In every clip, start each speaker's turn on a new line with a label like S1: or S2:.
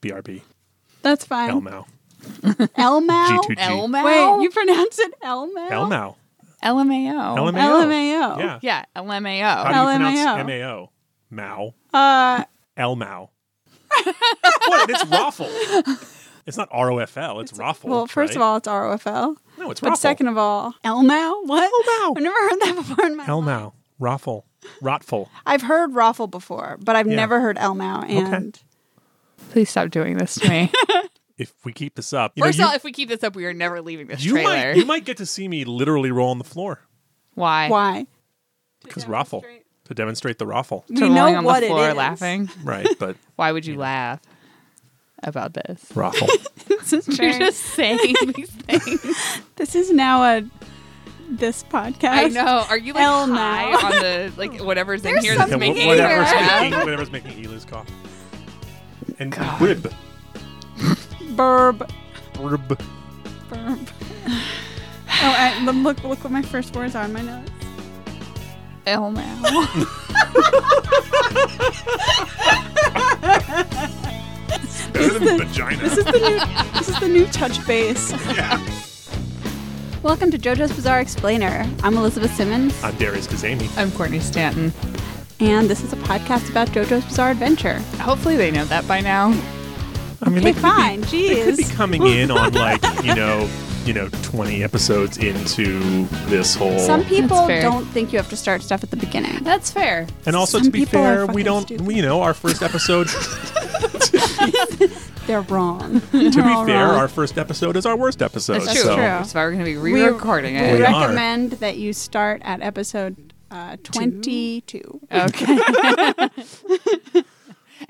S1: BRB.
S2: That's fine.
S1: Elmau.
S2: Elmau?
S1: G2G.
S2: Wait,
S3: Elmao?
S2: you pronounce it Elmau?
S1: Elmau.
S3: LMAO.
S1: LMAO.
S2: LMAO.
S1: Yeah.
S3: Yeah, LMAO.
S1: How do you
S2: LMAO.
S1: pronounce MAO? Mao.
S2: Uh,
S1: Elmau. what? It's Raffle. It's not R O F L. It's Raffle.
S2: well, first of
S1: right?
S2: all, it's ROFL.
S1: no, it's
S2: But
S1: Raffle.
S2: second of all, Elmau? What?
S1: Elmau.
S2: I've never heard that before in my life.
S1: Elmau. Raffle. Rotful.
S2: I've heard Raffle before, but I've
S1: Yeah.
S2: never heard Elmau. And
S3: Please stop doing this to me.
S1: If we keep this up, you know,
S3: First
S1: you-
S3: of all, if we keep this up, we are never leaving this
S1: you
S3: trailer.
S1: might you might get to see me literally roll on the floor
S3: Why?
S2: why?
S1: because raffle to demonstrate the raffle,
S3: To
S2: we know
S3: rolling on
S2: what
S3: the floor
S2: it is.
S3: laughing.
S1: right? But
S3: Why would you laugh about this?
S1: raffle.
S3: You're just saying these things.
S2: This is now a this podcast.
S3: I know. Are you like
S2: Hell no.
S3: high on the like whatever's in
S2: There's
S3: here that's
S1: Yeah, wh-
S3: making you
S1: whatever's
S3: laugh?
S1: making E, whatever's making Eli's cough. And rib,
S2: Burb.
S1: rib.
S2: Burb. oh, I, look- look! Look what my first words are on my notes.
S3: Elmo.
S1: Better than vagina.
S2: This is the new. this is the new touch base. Welcome to JoJo's Bizarre Explainer. I'm Elizabeth Simmons,
S1: I'm Darius Kazami.
S3: I'm Courtney Stanton.
S2: and this is a podcast about JoJo's Bizarre Adventure.
S3: Hopefully they know that by now.
S1: I mean,
S2: Okay,
S1: they could
S2: fine.
S1: They could be
S2: Jeez.
S1: coming in on like you know, you know, twenty episodes into this whole.
S2: Some people
S3: fair.
S2: don't think you have to start stuff at the beginning.
S3: That's fair.
S1: and also,
S2: some
S1: to be
S2: people
S1: fair,
S2: are
S1: we
S2: fucking
S1: don't.
S2: stupid.
S1: We, you know, our first episode.
S2: They're wrong.
S1: to be
S2: to
S1: fair, our first episode is our worst episode.
S2: That's
S1: so
S2: true.
S3: That's why we're going to be re-recording
S2: we
S3: it.
S1: are.
S2: recommend that you start at episode uh, 22.
S3: Okay.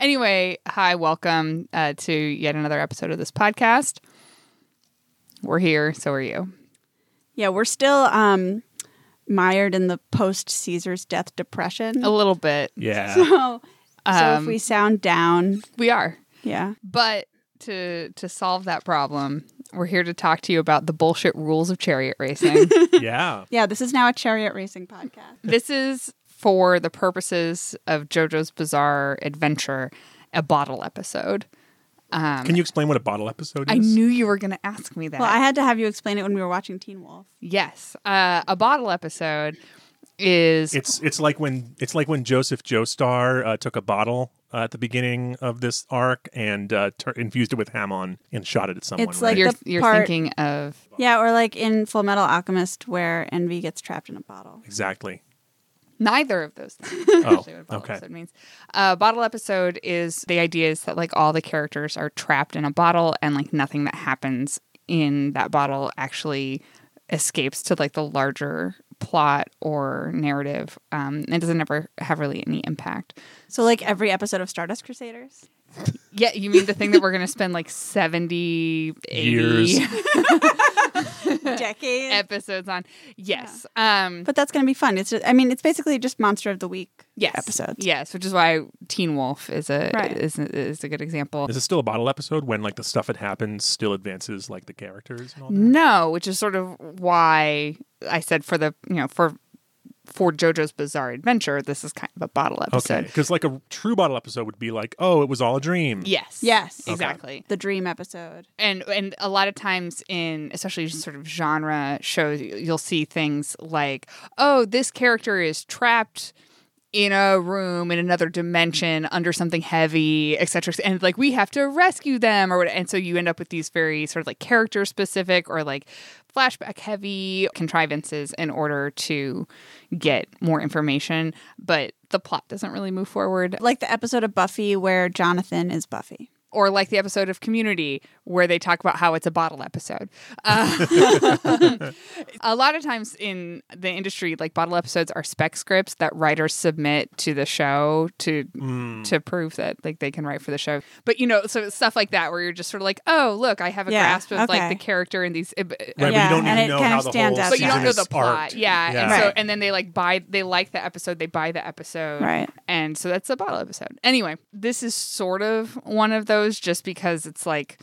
S3: anyway, hi, welcome uh, to yet another episode of this podcast. We're here, so are you.
S2: Yeah, we're still um, mired in the post Caesar's death depression.
S3: A little bit.
S1: Yeah.
S2: So, so if
S3: Oh. Um,
S2: we sound down,
S3: We are.
S2: yeah.
S3: But to to solve that problem, we're here to talk to you about the bullshit rules of chariot racing.
S1: yeah.
S2: Yeah, this is now a chariot racing podcast.
S3: this is for the purposes of JoJo's Bizarre Adventure, a bottle episode. Um,
S1: Can you explain what a bottle episode is?
S3: I knew you were going to ask me that.
S2: Well, I had to have you explain it when we were watching Teen Wolf.
S3: yes, uh, a bottle episode is
S1: It's it's like when it's like when Joseph Joestar uh, took a bottle uh, at the beginning of this arc and uh, tur infused it with Hamon and shot it at someone.
S2: It's
S1: right?
S2: like
S3: you're,
S2: the
S3: you're
S2: part-
S3: thinking of
S2: Yeah, or like in Full Metal Alchemist, where Envy gets trapped in a bottle.
S1: exactly.
S3: Neither of those things.
S1: Oh,
S3: actually what a bottle
S1: okay.
S3: episode means. Uh, bottle episode is the idea is that like all the characters are trapped in a bottle and like nothing that happens in that bottle actually escapes to like the larger plot or narrative. Um, and it doesn't ever have really any impact.
S2: So, like every episode of Stardust Crusaders.
S3: Yeah, you mean the thing that we're going to spend like 70, 80
S1: Years.
S2: decade.
S3: episodes on? Yes. Um,
S2: but that's going to be fun. It's just, I mean, it's basically just monster of the week
S3: yes.
S2: episodes.
S3: Yes, which is why Teen Wolf is a
S2: Right.
S3: is, is a good example.
S1: Is it still a bottle episode when like the stuff that happens still advances like the characters and all that?
S3: No, which is sort of why I said for the you know for for JoJo's Bizarre Adventure, this is kind of a bottle
S1: Okay,
S3: episode.
S1: because like a true bottle episode would be like, oh, it was all a dream.
S3: Yes.
S2: Yes. Okay.
S3: Exactly.
S2: The dream episode.
S3: And and a lot of times in especially sort of genre shows, you'll see things like, oh, this character is trapped in a room in another dimension under something heavy, etc. And like we have to rescue them or what and so you end up with these very sort of like character specific or like flashback heavy contrivances in order to get more information. But the plot doesn't really move forward.
S2: Like the episode of Buffy where Jonathan is Buffy.
S3: Or like the episode of Community where they talk about how it's a bottle episode. Uh, a lot of times in the industry like bottle episodes are spec scripts that writers submit to the show to to prove that like they can write for the show but you know so it's stuff like that where you're just sort of like oh look i have a
S2: Yeah,
S3: grasp of
S2: okay.
S3: like the character and these
S1: Right,
S2: Yeah,
S1: but you don't
S2: and
S1: even
S2: it
S1: know
S2: kind
S1: how
S2: of
S1: the whole
S2: stands out.
S3: but you don't
S1: season
S3: know the
S1: is
S3: plot
S1: arced.
S3: yeah, and
S2: Right.
S3: so and then they like buy they like the episode they buy the episode
S2: Right.
S3: and so that's a bottle episode anyway this is sort of one of those just because it's like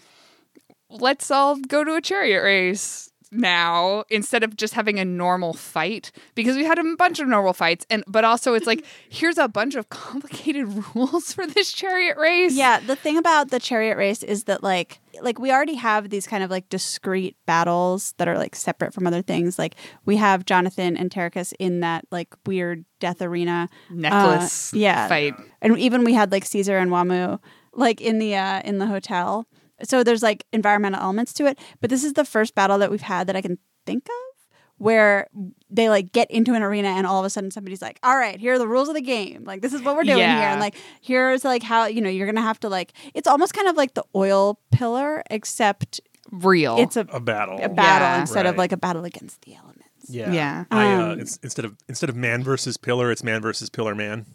S3: let's all go to a chariot race now instead of just having a normal fight because we had a bunch of normal fights and but also it's like here's a bunch of complicated rules for this chariot race.
S2: Yeah, the thing about the chariot race is that like like we already have these kind of like discrete battles that are like separate from other things. Like we have Jonathan and Tericus in that like weird death arena.
S3: necklace
S2: Uh, yeah.
S3: fight.
S2: And even we had like Caesar and Wamu like in the uh in the hotel. So there's like environmental elements to it, but this is the first battle that we've had that I can think of where they like get into an arena and all of a sudden somebody's like, "All right, here are the rules of the game. Like this is what we're doing here."
S3: Yeah.
S2: And like here's like how, you know, you're going to have to like it's almost kind of like the oil pillar except
S3: Real.
S2: it's a,
S1: a battle.
S2: a battle
S3: Oh. Yeah.
S2: instead
S1: Oh,
S2: of
S1: Right.
S2: like a battle against the elements.
S1: yeah.
S3: Yeah.
S1: I, uh,
S2: Um,
S1: it's, instead of instead of man versus pillar, it's man versus pillar man.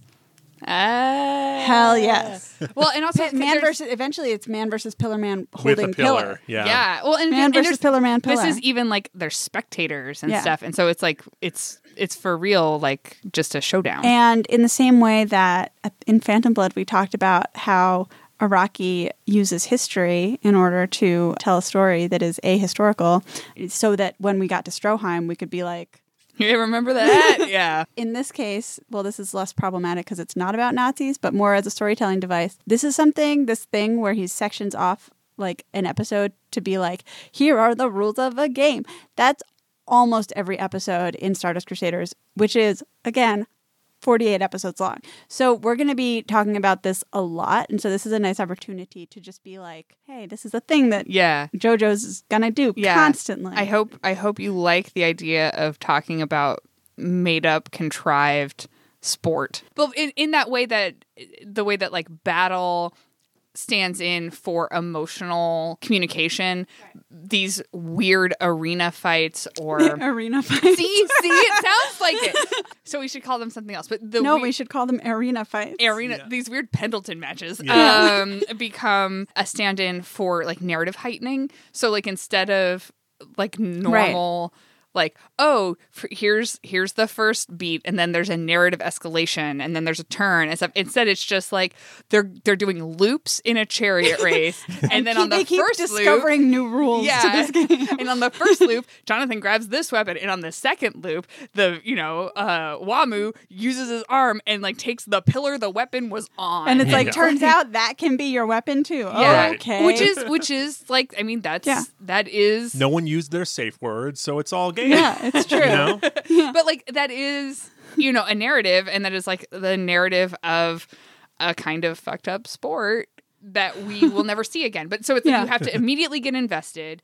S3: Ah.
S2: Hell yes.
S3: Well, and also
S2: Man
S3: there's-
S2: versus eventually it's man versus pillar man holding
S1: With a pillar.
S2: pillar.
S1: Yeah.
S3: Yeah. Well, and,
S2: Man
S3: and
S2: versus
S3: there's
S2: pillar man pillar.
S3: This is even like they're spectators and
S2: Yeah.
S3: stuff, and so it's like it's it's for real, like just a showdown.
S2: And in the same way that in Phantom Blood, we talked about how Iraqi uses history in order to tell a story that is ahistorical, so that when we got to Stroheim, we could be like,
S3: you remember that? yeah.
S2: in this case, well, this is less problematic because it's not about Nazis, but more as a storytelling device. This is something, this thing where he sections off like an episode to be like, here are the rules of a game. That's almost every episode in Stardust Crusaders, which is, again, 48 episodes long. So we're going to be talking about this a lot. And so this is a nice opportunity to just be like, hey, this is a thing that
S3: Yeah.
S2: JoJo's going to do
S3: Yeah.
S2: constantly.
S3: I hope I hope you like the idea of talking about made up, contrived sport, but in, in that way that the way that like battle stands in for emotional communication, these weird arena fights or
S2: Arena fights.
S3: see, see, it sounds like it. So we should call them something else. But the
S2: no,
S3: we-
S2: we should call them arena fights.
S3: arena these weird pendleton matches
S1: Yeah.
S3: um become a stand-in for like narrative heightening so like instead of like normal like oh f- here's here's the first beat and then there's a narrative escalation and then there's a turn and stuff instead it's just like they're they're doing loops in a chariot race and, then
S2: keep-
S3: on the
S2: they keep
S3: first loop
S2: discovering new rules
S3: yeah.
S2: to this game.
S3: and on the first loop, Jonathan grabs this weapon, and on the second loop, the you know uh, Wamu uses his arm and like takes the pillar the weapon was on,
S2: And it's like,
S1: Yeah.
S2: turns out that can be your weapon too.
S3: yeah,
S2: Oh,
S1: Right.
S2: okay.
S3: which is which is like I mean that's
S2: Yeah.
S3: that is
S1: No one used their safe word, so it's all game.
S2: yeah, it's true.
S1: You know?
S3: but like that is you know a narrative, and that is like the narrative of a kind of fucked up sport that we will never see again. But so it's like
S2: Yeah.
S3: you have to immediately get invested.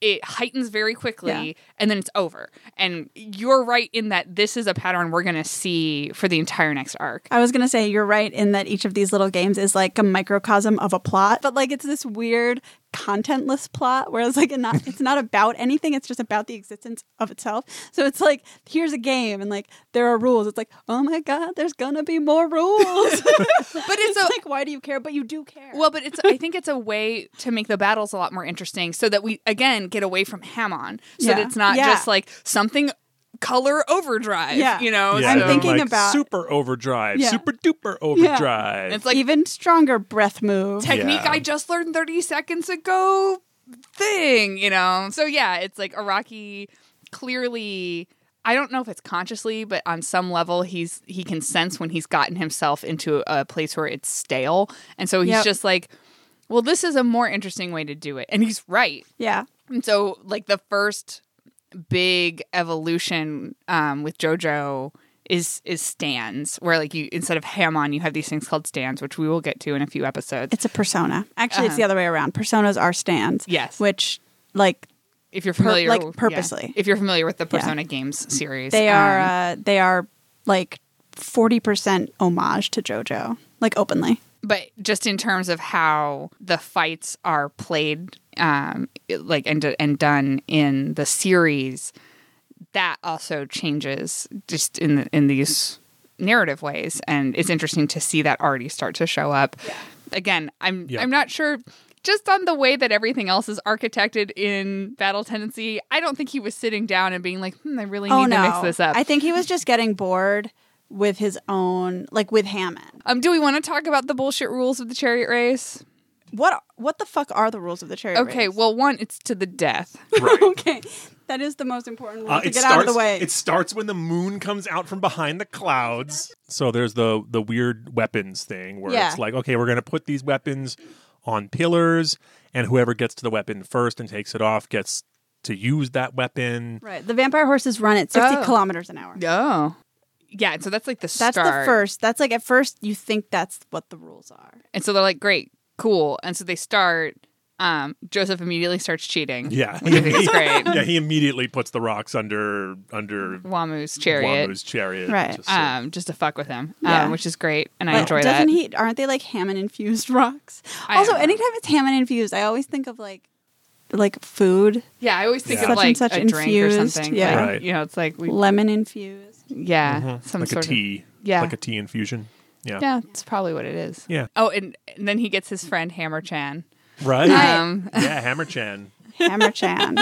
S3: It heightens very quickly,
S2: Yeah.
S3: and then it's over. And you're right in that this is a pattern we're going to see for the entire next arc.
S2: I was gonna say you're right in that each of these little games is like a microcosm of a plot, but like it's this weird contentless plot where it's like not, it's not about anything; it's just about the existence of itself. So it's like here's a game, and like there are rules. It's like oh my god, there's gonna be more rules.
S3: But it's a
S2: it's like why do you care? But you do care.
S3: Well, but it's I think it's a way to make the battles a lot more interesting so that we again get away from Hamon. So
S2: Yeah.
S3: that it's not
S2: Yeah.
S3: just like something color overdrive.
S2: Yeah.
S3: You know?
S1: Yeah,
S2: I'm
S1: and
S3: Oh, so-
S2: thinking
S1: like,
S2: about-
S1: super overdrive,
S2: Yeah.
S1: super duper overdrive.
S3: it's like
S2: even stronger breath move.
S3: technique
S1: Yeah.
S3: I just learned thirty seconds ago thing, you know. So yeah, it's like Araki clearly I don't know if it's consciously, but on some level he's he can sense when he's gotten himself into a place where it's stale. And so he's
S2: Yep.
S3: just like, Well, this is a more interesting way to do it. And he's right.
S2: yeah,
S3: And so, like, the first big evolution um, with JoJo is is stands, where like you instead of Hamon, you have these things called stands, which we will get to in a few episodes.
S2: It's a persona. Actually, it's the other way around. Personas are stands.
S3: Uh-huh. Yes.
S2: Which, like,
S3: If you're familiar,
S2: like,
S3: yeah.
S2: purposely.
S3: if you're familiar with the Persona games series,
S2: they are,
S3: um,
S2: uh, they are like 40% homage to JoJo, like openly.
S3: but just in terms of how the fights are played um like and and done in the series that also changes just in the, in these narrative ways and it's interesting to see that already start to show up again i'm
S1: Yeah.
S3: i'm not sure just on the way that everything else is architected in battle tendency i don't think he was sitting down and being like hmm, i really need
S2: oh, no.
S3: to mix this up
S2: I think he was just getting bored with his own, like, with Hammond.
S3: um do we want to talk about the bullshit rules of the chariot race
S2: What what the fuck are the rules of the chariot
S3: Okay,
S2: race?
S3: well, one, it's to the death.
S1: Right.
S2: okay, that is the most important rule
S1: Uh,
S2: to
S1: it
S2: get
S1: starts.
S2: out of the way.
S1: It starts when the moon comes out from behind the clouds. So there's the the weird weapons thing where
S2: Yeah.
S1: it's like, okay, we're gonna put these weapons on pillars, and whoever gets to the weapon first and takes it off gets to use that weapon.
S2: right, the vampire horses run at sixty
S3: Oh.
S2: kilometers an hour.
S3: Oh. Yeah, so that's like the
S2: That's the
S3: start.
S2: first. That's like at first you think that's what the rules are.
S3: And so they're like, great, cool. And so they start. Um, Joseph immediately starts cheating.
S1: Yeah,
S3: It's great.
S1: yeah. He immediately puts the rocks under under
S3: Wamu's chariot.
S1: Wamu's chariot.
S2: Right. Ah,
S1: Just so-
S3: um, just to fuck with him,
S2: Yeah.
S3: um, which is great, and I
S2: But
S3: enjoy
S2: doesn't
S3: that.
S2: he? Aren't they like ham and infused rocks?
S3: I
S2: also,
S3: don't know.
S2: anytime it's ham and infused, I always think of like like food,
S3: yeah, I always think
S1: Yeah.
S3: of
S2: Such
S3: like
S2: and such
S3: a drink or
S2: infused,
S3: something.
S2: yeah.
S3: like,
S1: Right. Mm-hmm.
S3: you know, it's like we,
S2: lemon infused.
S3: yeah, some
S1: like a
S3: sort of
S1: tea.
S3: yeah.
S1: like a tea infusion. Yeah.
S3: yeah, it's probably what it is.
S1: Yeah.
S3: Oh, and, and then he gets his friend Hammer Chan.
S1: Right.
S2: Right.
S3: Um,
S1: yeah. Hammer Chan.
S2: Hammer Chan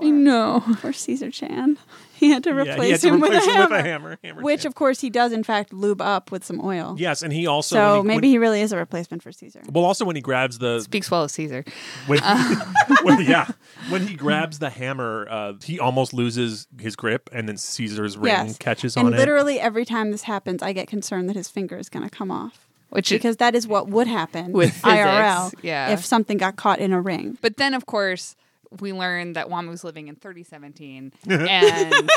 S3: no,
S2: or Caesar Chan. He had to
S1: Yeah, he
S2: replace,
S1: had to
S2: him,
S1: replace
S2: with,
S1: him
S2: a
S1: with a
S2: hammer,
S1: hammer. Hammer
S2: which
S1: Chan.
S2: of course he does in fact lube up with some oil.
S1: yes, and he also
S2: So
S1: when he-
S2: maybe
S1: when-
S2: he really is a replacement for Caesar.
S1: well, also when he grabs the
S3: speaks well of Caesar.
S1: When,
S2: Uh.
S1: when- yeah, when he grabs the hammer, uh, he almost loses his grip, and then Caesar's ring catches
S2: and
S1: on it.
S2: literally every time this happens, I get concerned that his finger is going to come off.
S3: Which is,
S2: Because that is what would happen
S3: With
S2: IRL
S3: physics, yeah.
S2: if something got caught in a ring.
S3: but then of course we learn that Wamu's living in 3017, and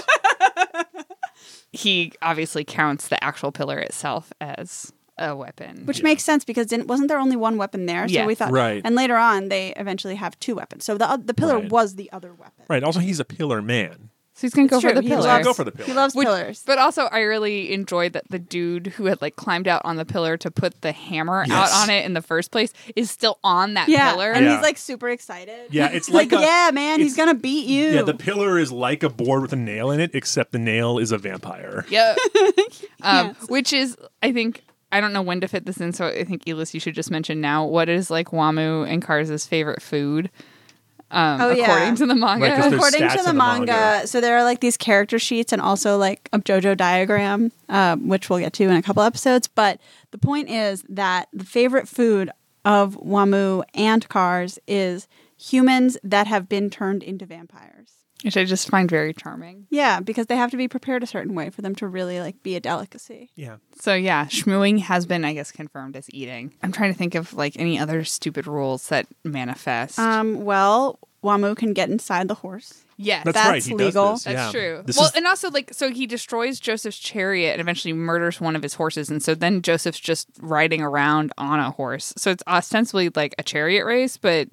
S3: he obviously counts the actual pillar itself as a weapon.
S2: Which makes sense because didn't, wasn't there only one weapon there? So
S3: Yes.
S2: we thought,
S1: Right.
S2: And later on, they eventually have two weapons. So the oth- the pillar
S1: Right.
S2: was the other weapon.
S1: Right. Also, he's a pillar man.
S3: so he's gonna go
S2: It's
S3: for
S2: true,
S3: the
S2: he
S3: pillar.
S2: loves-
S1: Go for the pillar.
S2: He loves
S3: Which-
S2: pillars.
S3: But also, I really enjoyed that the dude who had like climbed out on the pillar to put the hammer
S1: Yes.
S3: out on it in the first place is still on that
S2: yeah,
S3: pillar.
S2: and
S1: Yeah.
S2: he's like super excited.
S1: Yeah, it's
S2: like,
S1: like a-
S2: yeah, man, he's
S1: it's-
S2: gonna beat you.
S1: Yeah, the pillar is like a board with a nail in it, except the nail is a vampire.
S3: Yeah. um,
S2: Yes.
S3: Which is, I think, I don't know when to fit this in. So I think, Elis, you should just mention now what is like Wamu and Karza's favorite food. Um,
S2: Oh,
S3: according
S2: yeah.
S3: to the manga.
S1: Right, 'cause there's
S2: According
S1: stats
S2: to
S1: in
S2: the
S1: the
S2: manga,
S1: manga.
S2: so there are like these character sheets and also like a JoJo diagram, um, which we'll get to in a couple episodes. But the point is that the favorite food of Wamu and Cars is humans that have been turned into vampires.
S3: which I just find very charming.
S2: Yeah, because they have to be prepared a certain way for them to really like be a delicacy.
S1: Yeah.
S3: So yeah, schmooing has been, I guess, confirmed as eating. I'm trying to think of like any other stupid rules that manifest.
S2: Um, well, Wamu can get inside the horse.
S3: yes,
S1: That's,
S2: That's
S1: right. He
S2: legal.
S1: Does this.
S3: That's
S1: yeah.
S3: true.
S1: This
S3: well,
S1: is,
S3: and also like so he destroys Joseph's chariot and eventually murders one of his horses, and so then Joseph's just riding around on a horse. So it's ostensibly like a chariot race, but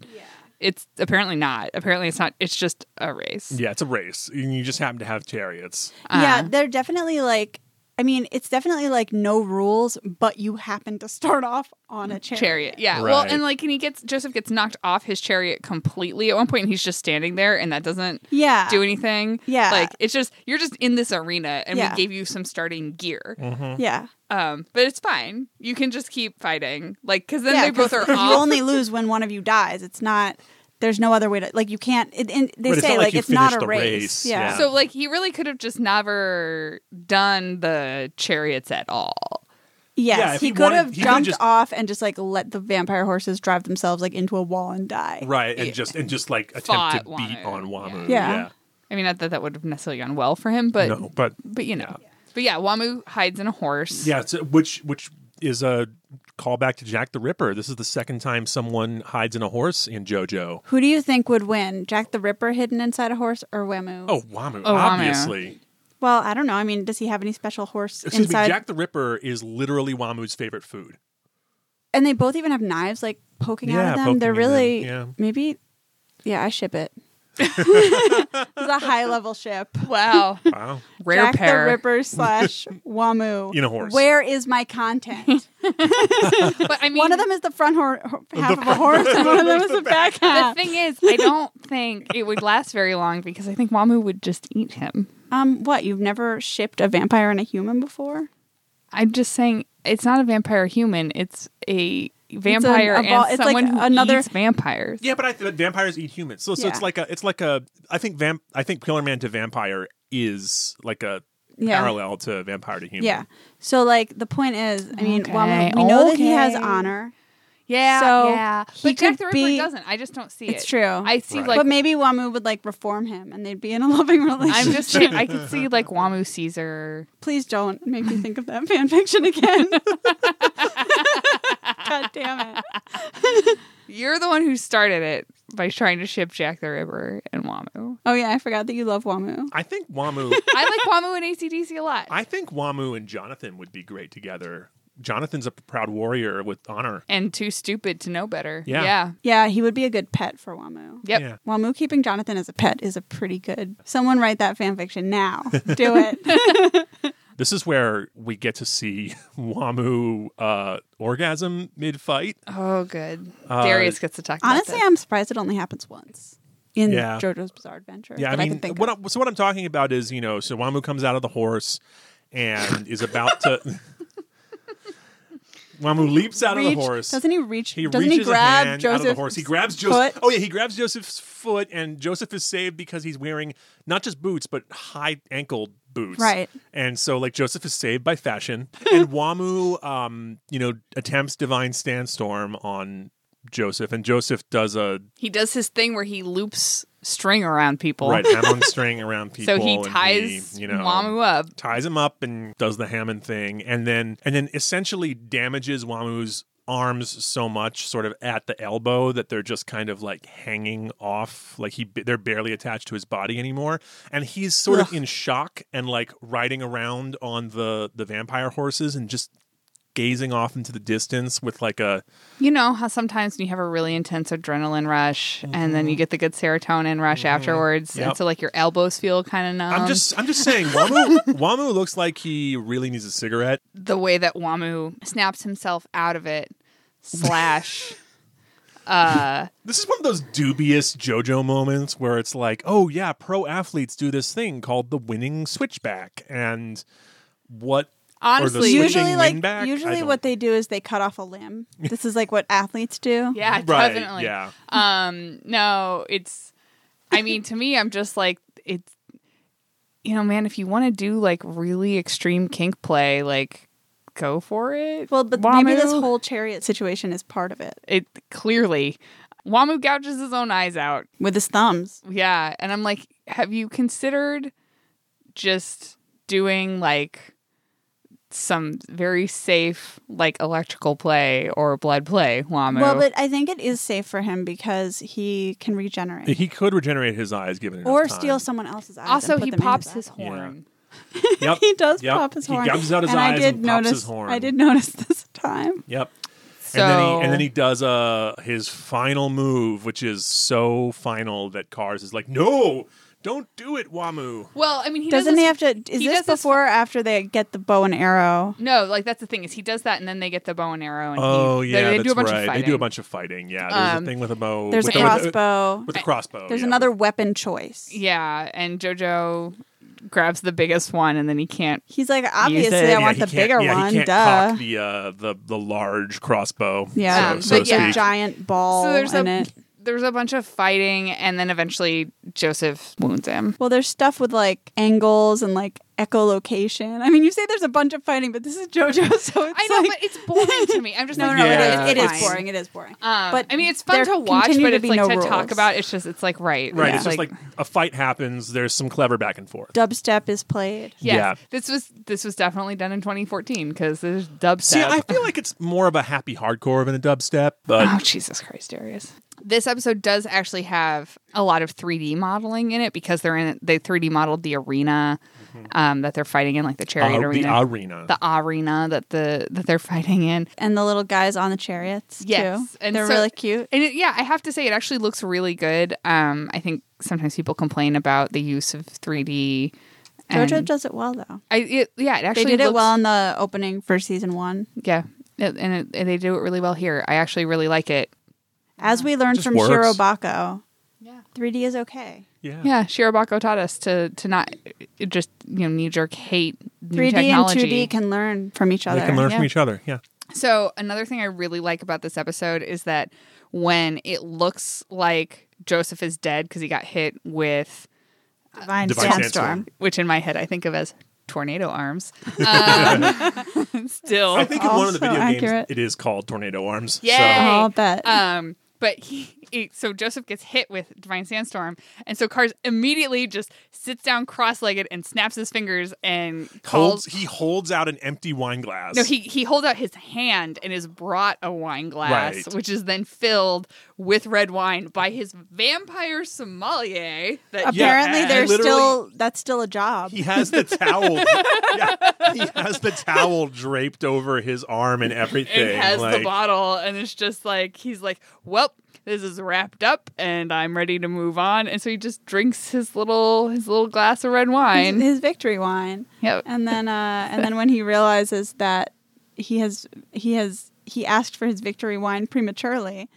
S3: it's apparently not. Apparently, it's not. It's just a race.
S1: yeah, it's a race. and You just happen to have chariots.
S2: yeah,
S3: Uh-huh.
S2: they're definitely like. I mean, it's definitely like no rules, but you happen to start off on a chariot.
S3: Chariot, yeah. Well,
S1: Right.
S3: and like, and he gets Joseph gets knocked off his chariot completely at one point, and he's just standing there, and that doesn't
S2: Yeah.
S3: do anything.
S2: Yeah.
S3: like it's just you're just in this arena, and
S2: Yeah.
S3: we gave you some starting gear.
S1: Mm-hmm.
S2: Yeah.
S3: Um, but it's fine. You can just keep fighting, like, because then
S2: yeah,
S3: they both
S2: 'cause
S3: are
S2: You
S3: off.
S2: only lose when one of you dies. It's not. There's no other way to like. You can't. It, and they
S1: Right, it's
S2: say
S1: not like
S2: like,
S1: you
S2: it's not
S1: finish
S2: a
S1: the
S2: race.
S1: race,
S2: Yeah.
S1: yeah.
S3: So like he really could have just never done the chariots at all.
S2: Yes,
S1: Yeah, if
S2: he,
S1: he
S2: could
S1: wanted-
S2: have
S1: he could've
S2: jumped
S1: just-
S2: off and just like let the vampire horses drive themselves like into a wall and die.
S1: Right. And just and just like attempt to
S3: Fought
S1: beat
S3: Wamu.
S1: on Wamu.
S2: Yeah.
S1: Yeah.
S3: I mean, not that that would have necessarily gone well for him, but
S1: no, but
S3: but you know, but yeah, Wamu hides in a horse.
S1: Yeah, it's, which which is a callback to Jack the Ripper. This is the second time someone hides in a horse in JoJo.
S2: Who do you think would win, Jack the Ripper hidden inside a horse or Wemu?
S1: Oh, Wamu,
S3: Oh, Wamu.
S1: obviously.
S2: well, I don't know. I mean, does he have any special horse
S1: Excuse
S2: inside?
S1: me, Jack the Ripper is literally Wamu's favorite food.
S2: and they both even have knives like poking out
S1: Yeah,
S2: of them.
S1: poking
S2: They're
S1: in them,
S2: really
S1: yeah.
S2: maybe. Yeah, I ship it. it's a high level ship.
S3: Wow,
S1: Wow.
S3: rare
S2: Jack
S3: pair.
S2: the Ripper slash Wamu.
S1: In a horse.
S2: Where is my content?
S3: But I mean,
S2: one of them is the front hor- ho- half of a horse, and one of them is the back
S3: The
S2: half.
S3: thing is, I don't think it would last very long because I think Wamu would just eat him.
S2: Um, what? You've never shipped a vampire and a human before?
S3: I'm just saying it's not a vampire human; it's a vampire
S2: a vol-
S3: and
S2: it's like
S3: someone who
S2: another-
S3: eats vampires.
S1: Yeah, but I but vampires eat humans. So, so
S2: Yeah.
S1: it's like a it's like a I think vamp I think Pillar Man to vampire is like a
S2: Yeah.
S1: parallel to vampire to human.
S2: Yeah. So, like, the point is, I mean,
S3: Okay,
S2: Wamu, we know that he has
S3: okay.
S2: honor.
S3: Yeah,
S2: So,
S3: yeah.
S2: he
S3: But Jack
S2: could
S3: the Ripper
S2: be-
S3: doesn't. I just don't see it.
S2: It's true.
S3: I see
S1: Right.
S3: like
S2: but maybe Wamu would like reform him and they'd be in a loving relationship.
S3: I'm just I could see like Wamu Caesar.
S2: Please don't make me think of that fan fiction again. God damn it.
S3: You're the one who started it by trying to ship Jack the Ripper and Wamu.
S2: Oh yeah, I forgot that you love Wamu.
S1: I think Wamu.
S3: I like Wamu and ACDC a lot.
S1: I think Wamu and Jonathan would be great together. Jonathan's a proud warrior with honor.
S3: and too stupid to know better.
S1: Yeah.
S3: Yeah.
S2: Yeah, he would be a good pet for Wamu.
S3: Yep.
S1: Yeah.
S2: Wamu keeping Jonathan as a pet is a pretty good. Someone write that fan fiction now. Do it.
S1: This is where we get to see Wamu uh, orgasm mid fight.
S3: Oh, good.
S1: Uh,
S3: Darius gets to talk about
S2: Honestly,
S3: this.
S2: I'm surprised it only happens once in
S1: Yeah.
S2: JoJo's Bizarre Adventure.
S1: Yeah, I
S2: that
S1: mean,
S2: can think
S1: what
S2: of.
S1: I, so what I'm talking about is you know, so Wamu comes out of the horse and is about to. Wamu leaps out of
S2: Reach-
S1: the horse.
S2: Doesn't he reach?
S1: He
S2: doesn't
S1: reaches
S2: he grab
S1: a hand
S2: Joseph's
S1: out of the horse. He grabs Joseph.
S2: foot?
S1: Oh yeah, he grabs Joseph's foot, and Joseph is saved because he's wearing not just boots but high ankle boots.
S2: Right.
S1: And so like Joseph is saved by fashion, and Wamu, um, you know, attempts divine standstorm on Joseph, and Joseph does a
S3: he does his thing where he loops string around people.
S1: right Hammond string around people.
S3: so he
S1: and
S3: ties
S1: he, you know,
S3: Wamu up.
S1: ties him up and does the Hammond thing, and then and then essentially damages Wamu's arms so much, sort of at the elbow, that they're just kind of like hanging off, like he they're barely attached to his body anymore, and he's sort of in shock and like riding around on the the vampire horses and just gazing off into the distance with like a
S3: You know how sometimes when you have a really intense adrenaline rush and then you get the good serotonin rush afterwards.
S1: Mm-hmm. Yep.
S3: And so, like, your elbows feel kind of numb.
S1: I'm just I'm just saying Wamu Wamu looks like he really needs a cigarette.
S3: the way that Wamu snaps himself out of it, slash. uh
S1: This is one of those dubious JoJo moments where it's like, oh yeah, pro athletes do this thing called the winning switchback, and what?
S3: honestly
S1: switching
S2: usually, like
S1: wing back? I
S2: usually,
S1: don't-
S2: what they do is they cut off a limb. this is like what athletes do.
S3: yeah
S1: right?
S3: definitely
S1: Yeah,
S3: Um, no, it's. I mean, to me, I'm just like it's. You know, man, if you want to do like really extreme kink play, like go for it.
S2: Well, but maybe
S3: Wamu.
S2: this whole chariot situation is part of it
S3: it clearly Wamu gouges his own eyes out.
S2: with his thumbs.
S3: Yeah, and I'm like, have you considered just doing like some very safe like electrical play or blood play, Wamu?
S2: Well, but I think it is safe for him because he can regenerate
S1: he could regenerate his eyes given enough
S2: or
S1: time.
S2: steal someone else's eyes. and
S3: also,
S2: put
S3: he
S2: them in
S3: pops his
S2: eye.
S1: Yeah.
S3: horn.
S1: Yep,
S2: He does
S1: Yep.
S2: pop his
S1: He
S2: horn.
S1: gobs out his
S2: and
S1: eyes
S2: I did
S1: and pops
S2: notice,
S1: his horn.
S2: I did notice this time.
S1: yep.
S3: So
S1: and then he and then he does uh his final move, which is so final that Cars is like, no, don't do it, Wamu.
S3: Well, I mean, he
S2: Doesn't
S3: does
S2: he
S3: this-
S2: have to? Is
S3: he
S2: this
S3: does this-
S2: before or after they get the bow and arrow?
S3: No, like that's the thing is he does that and then they get the bow and arrow and he-
S1: Oh
S3: they,
S1: yeah,
S3: they
S1: that's
S3: do a bunch
S1: right.
S3: of fighting.
S1: They do a bunch of fighting. Yeah, there's
S3: Um,
S1: a thing with a bow.
S2: There's
S1: with
S2: a
S1: the- with the-
S2: crossbow.
S1: with the crossbow.
S2: There's
S1: yeah.
S2: another weapon choice.
S3: Oh, Yeah, and Jojo grabs the biggest one and then he can't.
S2: He's like, obviously,
S3: it.
S2: I want
S1: he
S2: the
S1: can't-
S2: bigger
S1: yeah,
S2: one.
S1: He can't
S2: Duh.
S1: cock the uh, the the large crossbow.
S2: yeah,
S1: so, so
S3: but
S1: to
S2: it's a
S3: yeah.
S1: speak.
S2: giant ball
S3: So there's
S2: in
S3: a
S2: it.
S3: there's a bunch of fighting and then eventually Joseph wounds him.
S2: Well, there's stuff with like angles and like echolocation. I mean, you say there's a bunch of fighting, but this is JoJo, so it's
S3: I know,
S2: like
S3: but it's boring to me. I'm just
S2: no,
S3: like,
S2: no,
S1: Yeah.
S2: it, is, it
S3: fine.
S2: is boring. It is boring.
S3: Um,
S2: But
S3: I mean, it's fun
S2: there
S3: to watch,
S2: continue
S3: but
S2: to
S3: it's
S2: be
S3: like
S2: no
S3: to talk
S2: rules.
S3: about. It's just it's like right,
S1: Right,
S3: yeah.
S1: it's just like, a fight happens. There's some clever back and forth.
S2: Dubstep is played.
S3: yes,
S1: Yeah.
S3: This was this was definitely done in 2014 because there's dubstep.
S1: See, I feel like it's more of a happy hardcore than a dubstep, but
S3: Oh, Jesus Christ, Darius. This episode does actually have a lot of 3D modeling in it because they're in they 3D modeled the arena um, that they're fighting in, like the chariot
S1: Mm-hmm. uh, the
S3: arena,
S1: arena.
S3: the arena that the that they're fighting in.
S2: And the little guys on the chariots.
S3: Yes,
S2: too.
S3: and
S2: they're
S3: so-
S2: really cute.
S3: And it, yeah, I have to say it actually looks really good. Um, I think sometimes people complain about the use of 3D. and-
S2: JoJo does it well though.
S3: I it, yeah, it
S2: They
S3: actually
S2: did
S3: looks,
S2: it well in the opening for season one.
S3: Yeah, it, and, it, and they do it really well here. I actually really like it.
S2: As we learned
S1: Just
S2: from
S1: works.
S2: Shiro Bako,
S3: Yeah.
S2: 3D is okay.
S1: yeah.
S3: Yeah, Shirobako taught us to to not uh, just you know knee jerk hate new
S2: 3D
S3: technology.
S2: and 2D can learn from each other.
S1: They can learn from
S3: Yeah.
S1: each other. Yeah.
S3: so another thing I really like about this episode is that when it looks like Joseph is dead because he got hit with,
S2: Divine,
S1: Divine
S2: Sandstorm.
S1: Sandstorm.
S3: which in my head I think of as tornado arms. Um, still,
S1: I think in one of the
S2: Also
S1: video games
S2: accurate.
S1: it is called Tornado Arms.
S3: Yay.
S1: So
S2: I'll bet.
S3: Um, but he, he, so Joseph gets hit with Divine Sandstorm, and so Cars immediately just sits down cross-legged and snaps his fingers and
S1: holds
S3: calls.
S1: he holds out an empty wine glass.
S3: no, he he holds out his hand and is brought a wine glass,
S1: Right.
S3: which is then filled with red wine by his vampire sommelier. That you
S2: Apparently,
S3: had.
S1: they're
S2: there's
S1: literally-
S2: still that's still a job.
S1: He has the towel. yeah, he has the towel draped over his arm and everything.
S3: It has the
S1: like-
S3: bottle, and it's just like he's like, "Well, this is wrapped up, and I'm ready to move on." And so he just drinks his little his little glass of red
S2: His,
S3: wine.
S2: his victory wine.
S3: Yep.
S2: And then uh and then when he realizes that he has he has he asked for his victory wine prematurely,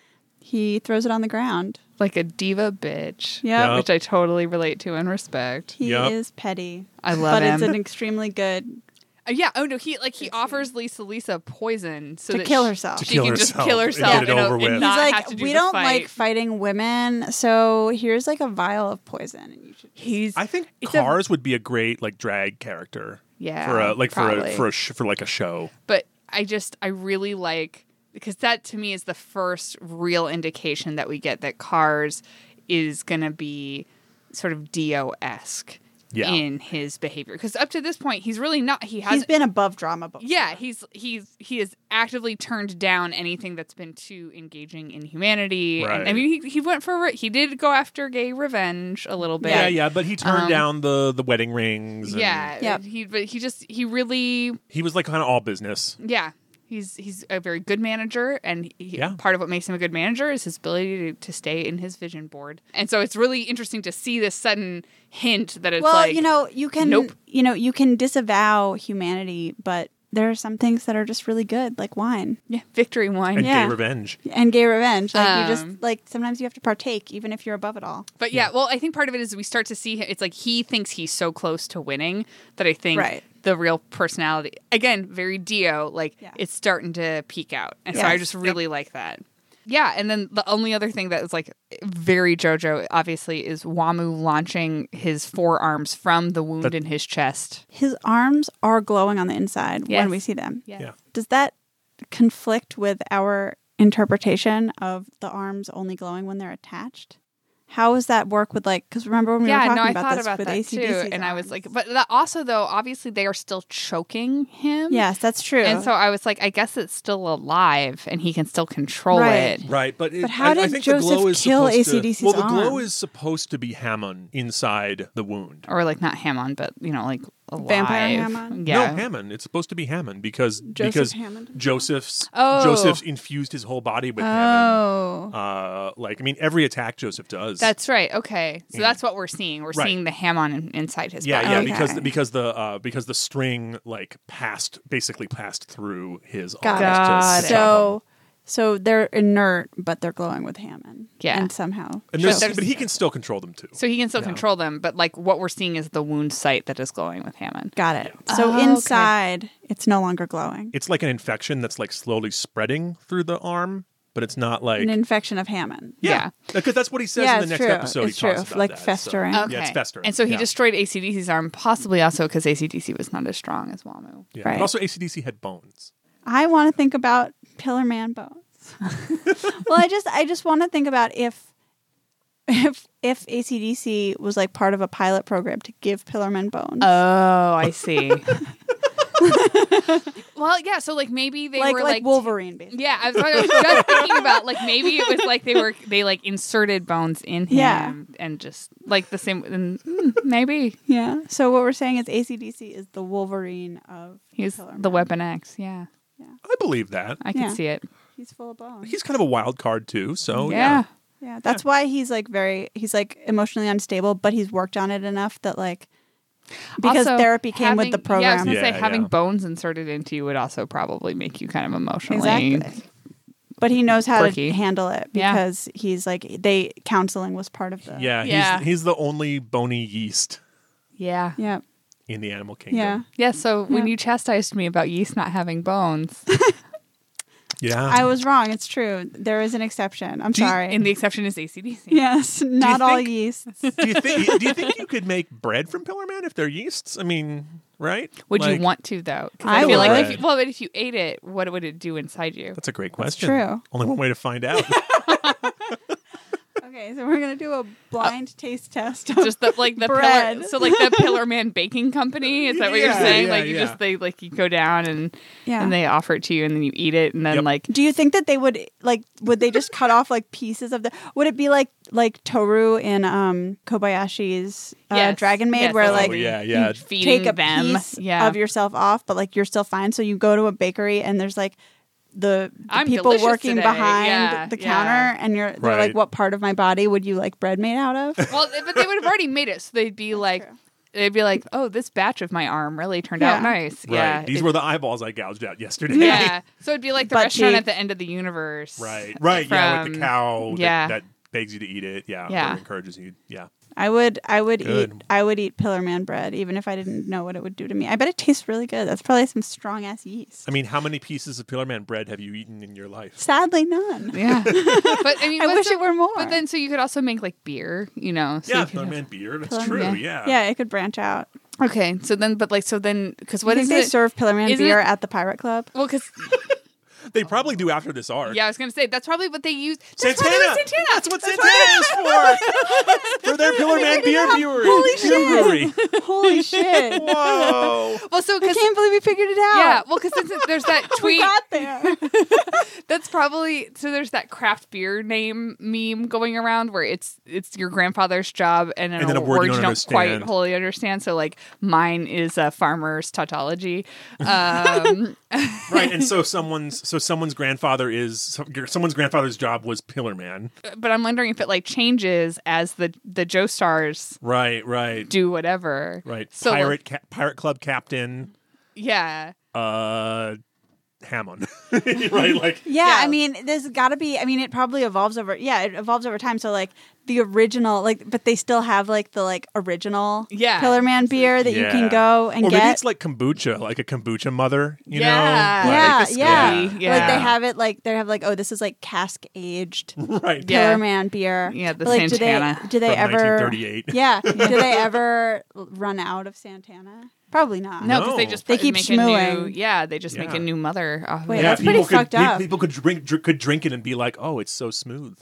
S2: he throws it on the ground.
S3: like a diva bitch.
S2: Yeah.
S1: Yep.
S3: Which I totally relate to and respect.
S2: He
S1: Yep.
S2: is petty.
S3: I love
S2: but it's
S3: him.
S2: an extremely good
S3: Uh, yeah. Oh no. He like he offers Lisa Lisa poison so
S2: to
S3: that
S2: kill
S3: she-
S2: herself.
S1: To
S3: She
S1: kill
S3: can just
S1: herself
S3: kill
S1: and
S3: herself
S1: get it
S3: and, uh,
S1: over
S3: and
S1: with.
S3: not
S2: He's
S3: have
S2: like,
S3: to do
S2: we
S3: the
S2: don't
S3: fight."
S2: like fighting women, so here's like a vial of poison, and you should.
S3: He's
S1: I think
S3: It's a-
S1: Cars would be a great like drag character.
S3: Yeah,
S1: For a like for a
S3: probably.
S1: for a sh- for like a show.
S3: but I just I really like because that to me is the first real indication that we get that Cars is going to be sort of Dio esque
S1: Yeah.
S3: in his behavior because up to this point he's really not he
S2: He's
S3: hasn't
S2: been above drama before.
S3: yeah he's he's he has actively turned down anything that's been too engaging in humanity and i
S1: Right.
S3: mean he, he went for re- he did go after gay revenge a little bit
S1: Yeah, yeah, but he turned
S3: Um,
S1: down the the wedding rings. and
S3: yeah,
S2: Yep.
S3: he but he just he really
S1: he was like kind of all business.
S3: yeah he's he's a very good manager and he,
S1: Yeah.
S3: part of what makes him a good manager is his ability to, to stay in his vision board and so it's really interesting to see this sudden hint that it's
S2: well,
S3: like
S2: you know, you can
S3: nope.
S2: you know, you can disavow humanity, but there are some things that are just really good, like wine
S3: yeah, victory wine
S1: And
S2: Yeah.
S1: gay revenge.
S2: and gay revenge. Like you
S3: Um,
S2: just like sometimes you have to partake, even if you're above it all.
S3: But yeah, well, I think part of it is we start to see him. It's like he thinks he's so close to winning that I think
S2: Right.
S3: the real personality, again, very Dio, like
S2: Yeah.
S3: it's starting to peak out. And so
S2: Yes.
S3: I just really like that. Yeah, and then the only other thing that is like very JoJo, obviously, is Wamu launching his forearms from the wound
S1: That-
S3: in his chest.
S2: His arms are glowing on the inside
S3: Yes.
S2: when we see them.
S1: Yeah.
S2: Does that conflict with our interpretation of the arms only glowing when they're attached? How does that work with like? Because remember when we were
S3: yeah,
S2: talking
S3: no, I
S2: about
S3: thought
S2: this
S3: about
S2: with
S3: that
S2: AC/DC?
S3: too, and I was like, but that also though, obviously, they are still choking him.
S2: yes, that's true.
S3: and so I was like, I guess it's still alive, and he can still control
S2: Right.
S3: it.
S1: Right, but, it,
S2: But how
S1: I, I
S2: did
S1: think the
S2: Joseph
S1: glow is
S2: kill
S1: supposed
S2: AC/DC's
S1: to, Well, the glow
S2: arm?
S1: is supposed to be Hammond inside the wound.
S3: or like not Hammond, but you know, like alive.
S2: Vampire Hammond?
S3: Yeah.
S1: No, Hammond. It's supposed to be Hammond because
S2: Joseph
S1: because
S2: Hammond?
S1: Joseph's
S3: Oh.
S1: Joseph's infused his whole body with Hammond.
S3: oh,
S1: Uh, like I mean, every attack Joseph does.
S3: that's right. Okay, so
S1: Mm.
S3: that's what we're seeing. We're
S1: Right.
S3: seeing the Hammond in- inside his
S1: yeah,
S3: body.
S1: yeah,
S2: Okay.
S1: because because the uh, because the string like passed basically passed through his arms.
S2: Got
S3: it.
S1: to
S3: Got
S1: stop
S3: it.
S1: him.
S2: So, so they're inert, but they're glowing with Hammond.
S3: Yeah.
S2: and somehow.
S1: and there's,
S3: there's-
S1: but he can still control them too.
S3: So he can still
S1: Yeah.
S3: control them, but like what we're seeing is the wound site that is glowing with Hammond.
S2: Got it. So
S3: Oh, okay.
S2: inside, it's no longer glowing.
S1: it's like an infection that's like slowly spreading through the arm, but it's not like
S2: An infection of Hammond.
S3: Yeah.
S1: yeah, because that's what he says
S2: Yeah,
S1: in the
S2: it's
S1: next
S2: true.
S1: episode.
S2: It's
S1: he talks
S2: true.
S1: about
S2: Like
S1: that, so-
S2: festering.
S3: Okay.
S1: Yeah, it's festering.
S3: And so he
S1: Yeah.
S3: destroyed ACDC's arm, possibly also because ACDC was not as strong as Wamu.
S1: Yeah.
S2: Right.
S1: But also, ACDC had bones.
S2: I want to think about Pillar Man bones. well, I just, I just want to think about if, if, if ACDC was like part of a pilot program to give Pillar Man bones.
S3: Oh, I see. well, yeah. So like maybe they
S2: like,
S3: were
S2: like
S3: like,
S2: Wolverine, basically.
S3: Yeah, I was, I was just thinking about like maybe it was like they were they like inserted bones in him
S2: Yeah.
S3: and just like the same and mm, maybe
S2: Yeah. So what we're saying is ACDC is the Wolverine of
S3: he's
S2: Pillar
S3: the
S2: Man.
S3: Weapon X. Yeah,
S1: I believe that.
S3: I can
S2: Yeah.
S3: see it.
S2: He's full of bones.
S1: He's kind of a wild card too. So
S3: yeah.
S1: Oh, yeah,
S2: Yeah, that's why he's like very he's like emotionally unstable, but he's worked on it enough that like because
S3: Also,
S2: therapy came with the
S3: having- Yeah, I was
S2: program.
S3: gonna say
S1: Yeah,
S3: having
S1: yeah.
S3: bones inserted into you would also probably make you kind of emotionally.
S2: Exactly. But he knows how
S3: Quirky.
S2: to handle it
S3: Yeah.
S2: because he's like they counseling was part of the
S1: yeah.
S3: Yeah.
S1: He's, he's the only bony yeast
S3: Yeah.
S2: Yeah.
S1: in the animal kingdom.
S2: Yeah.
S3: Yeah. So when
S2: Yeah.
S3: you chastised me about yeast not having bones,
S1: Yeah.
S2: I was wrong. It's true. There is an exception. I'm
S3: Do you-
S2: sorry.
S3: and the exception is ACDC.
S2: yes, not all
S1: think-
S2: yeast.
S1: do you think do you think you could make bread from Pillar Man if they're yeasts? I mean, right?
S3: Would
S1: Like,
S3: you want to though? 'Cause
S2: I
S3: feel like
S1: would.
S3: if you, well, but if you ate it, what would it do inside you?
S1: That's a great question.
S2: true.
S1: Only one way to find out.
S2: Okay, so we're gonna do
S3: Uh,
S2: a blind taste test. of-
S3: Just the like the pillar,
S2: Bread.
S3: so like the Pillar Man Baking Company. Is that what you're
S1: Yeah,
S3: saying?
S1: yeah,
S3: like you
S1: yeah.
S3: just they like you go down and
S2: yeah.
S3: and they offer it to you and then you eat it and then
S1: Yep.
S3: like
S2: do you think that they would like? Would they just cut off like pieces of the? Would it be like like Toru in um Kobayashi's uh,
S3: Yes.
S2: Dragon Maid,
S3: Yes,
S2: where
S3: yes,
S1: oh
S2: like
S3: yes.
S1: yeah, yeah.
S3: feeding
S2: take a
S3: them.
S2: piece
S3: yeah,
S2: of yourself off, but like you're still fine. So you go to a bakery and there's like the, the
S3: I'm
S2: people
S3: delicious
S2: working
S3: today.
S2: behind
S3: Yeah,
S2: the
S3: yeah.
S2: counter, and you're they're
S1: Right.
S2: like, "What part of my body would you like bread made out of?"
S3: Well, th- but they would have already made it, so they'd be like,
S2: true.
S3: they'd be like, oh, this batch of my arm really turned out
S2: Yeah.
S3: nice.
S1: Right.
S3: Yeah,
S1: These
S3: It-
S1: were the eyeballs I gouged out yesterday.
S3: yeah. So it'd be like the
S2: Butt
S3: restaurant at
S2: cheeks.
S3: the end of the universe.
S1: right. Right. yeah. With the
S3: From-
S1: cow. that-
S3: yeah.
S1: That, begs you to eat it. Yeah.
S3: Yeah.
S1: Or encourages you. Yeah.
S2: I would, I would
S1: Good.
S2: eat, I would eat Pillar Man bread, even if I didn't know what it would do to me. I bet it tastes really good. That's probably some strong ass yeast.
S1: I mean, how many pieces of Pillar Man bread have you eaten in your life?
S2: Sadly, none.
S3: Yeah. but I mean,
S2: I
S3: what's
S2: wish
S3: the-
S2: it were more.
S3: But then, so you could also make like beer, you know? So
S1: yeah,
S3: you could
S1: Pillar
S3: have-
S1: Man beer. That's
S2: Pillar
S1: true.
S3: Man.
S1: Yeah.
S2: yeah, it could branch out.
S3: Okay. So then, but like, so then, because
S2: What
S3: what
S2: do you
S3: is
S2: think they
S3: it?
S2: serve Pillar Man
S3: isn't
S2: beer
S3: it-
S2: at the Pirate Club?
S3: well, because
S1: They probably do after this arc.
S3: yeah, I was gonna say that's probably what they use. That's
S1: Santana.
S3: probably what Santana.
S1: That's what Santana is for. for their Pillar Man beer brewery.
S2: Holy
S1: brewery.
S2: Holy shit! I
S1: Whoa.
S3: Well, so because
S2: can't believe we figured it out.
S3: yeah, well, because there's that
S2: we
S1: Oh
S3: tweet.
S2: got there.
S3: That's probably so. There's that craft beer name meme going around where it's it's your grandfather's job and, an
S1: And then a word you don't
S3: quite
S1: understand.
S3: wholly understand. So like mine is a farmer's tautology. Um,
S1: right and so someone's so someone's grandfather is so- your- someone's grandfather's job was pillar man
S3: but I'm wondering if it like changes as the the Joe stars
S1: right right
S3: do whatever.
S1: right
S3: So like,
S1: pirate ca- pirate club captain
S3: yeah.
S1: uh hammond right like
S2: Yeah,
S3: Yeah.
S2: I mean, there's got to be. I mean, it probably evolves over. Yeah, it evolves over time. So like the original, like, but they still have like the like original
S3: Yeah.
S2: Pillar Man beer that you
S1: Yeah.
S2: can go and
S1: or maybe
S2: get.
S1: it's like kombucha like a kombucha mother you
S3: Yeah.
S1: know
S2: yeah,
S3: like a
S2: yeah.
S3: squeaky,
S2: Like
S3: yeah.
S2: they have it like they have like oh this is like cask aged
S1: like right
S3: Yeah.
S2: Pillar Man beer.
S3: Yeah, the
S2: But, like,
S3: Santana
S2: Do they, do they
S1: from
S2: ever?
S1: 1938
S2: Yeah, do they ever run out of Santana? Probably not.
S3: No, because they
S1: No.
S3: just
S2: They
S3: put-
S2: keep
S3: make a new
S2: schmooing.
S3: yeah. They just make
S1: Yeah.
S3: a new mother off.
S2: Wait,
S3: of it.
S2: that's pretty
S1: people could
S2: fucked
S1: pe-
S2: up.
S1: people could drink dr- could drink it and be like oh it's so smooth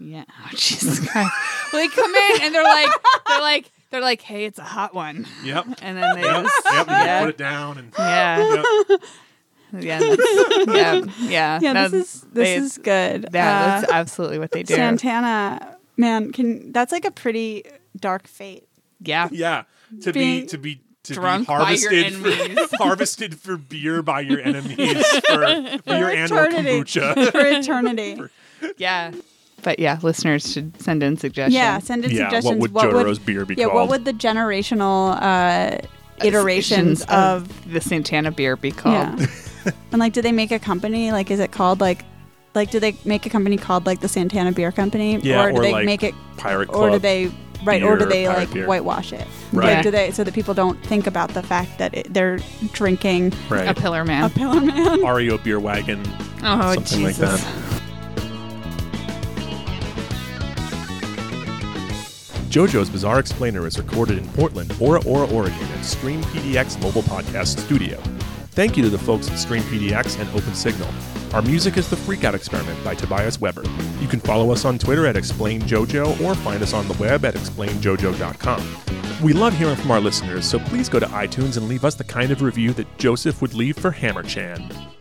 S3: Yeah. Oh, Jesus Christ. well, they come in and they're like, they're like, they're like, hey, it's a hot one.
S1: yep yep
S3: And then they
S1: yep
S3: just,
S1: and you
S3: Yeah.
S1: put it down and
S3: yeah,
S1: yep.
S3: yeah, that's- yeah, yeah.
S2: Yeah,
S3: that's-
S2: this is this
S3: they-
S2: is good.
S3: yeah,
S2: Uh,
S3: that's absolutely what they do.
S2: Santana, man, can that's like a pretty dark fate.
S3: yeah.
S1: yeah to be
S2: Being
S1: to be to
S3: drunk
S1: be
S3: by
S1: harvested
S3: your enemies.
S1: for harvested for beer by your enemies for, for your and or kombucha.
S2: for eternity.
S3: yeah. But yeah, listeners should send in suggestions.
S2: yeah, send in suggestions.
S1: beer be
S2: yeah, what would the generational uh, iterations
S3: Iterations
S2: of
S3: the Santana beer be called.
S2: yeah? and like, do they make a company? Like, is it called like? Like, do they make a company called like the Santana Beer Company,
S1: Yeah,
S2: or do
S1: or,
S2: they
S1: like,
S2: make it,
S1: Pirate
S2: or do they right, or do
S1: beer,
S2: they
S1: pirate
S2: like
S1: beer.
S2: whitewash it?
S1: Right.
S2: Like, do they so that people don't think about the fact that it, they're drinking
S3: A
S1: right?
S3: pillar man.
S2: a Pillar Man?
S1: Ario beer wagon,
S3: oh,
S1: something
S3: Jesus.
S1: like that. JoJo's Bizarre Explainer is recorded in Portland, Ora Ora, Oregon at Stream PDX Mobile Podcast Studio. Thank you to the folks at Stream PDX and OpenSignal. Our music is The Freakout Experiment by Tobias Weber. You can follow us on Twitter at ExplainJojo or find us on the web at explainjojo.com. We love hearing from our listeners, so please go to iTunes and leave us the kind of review that Joseph would leave for Hammerchan.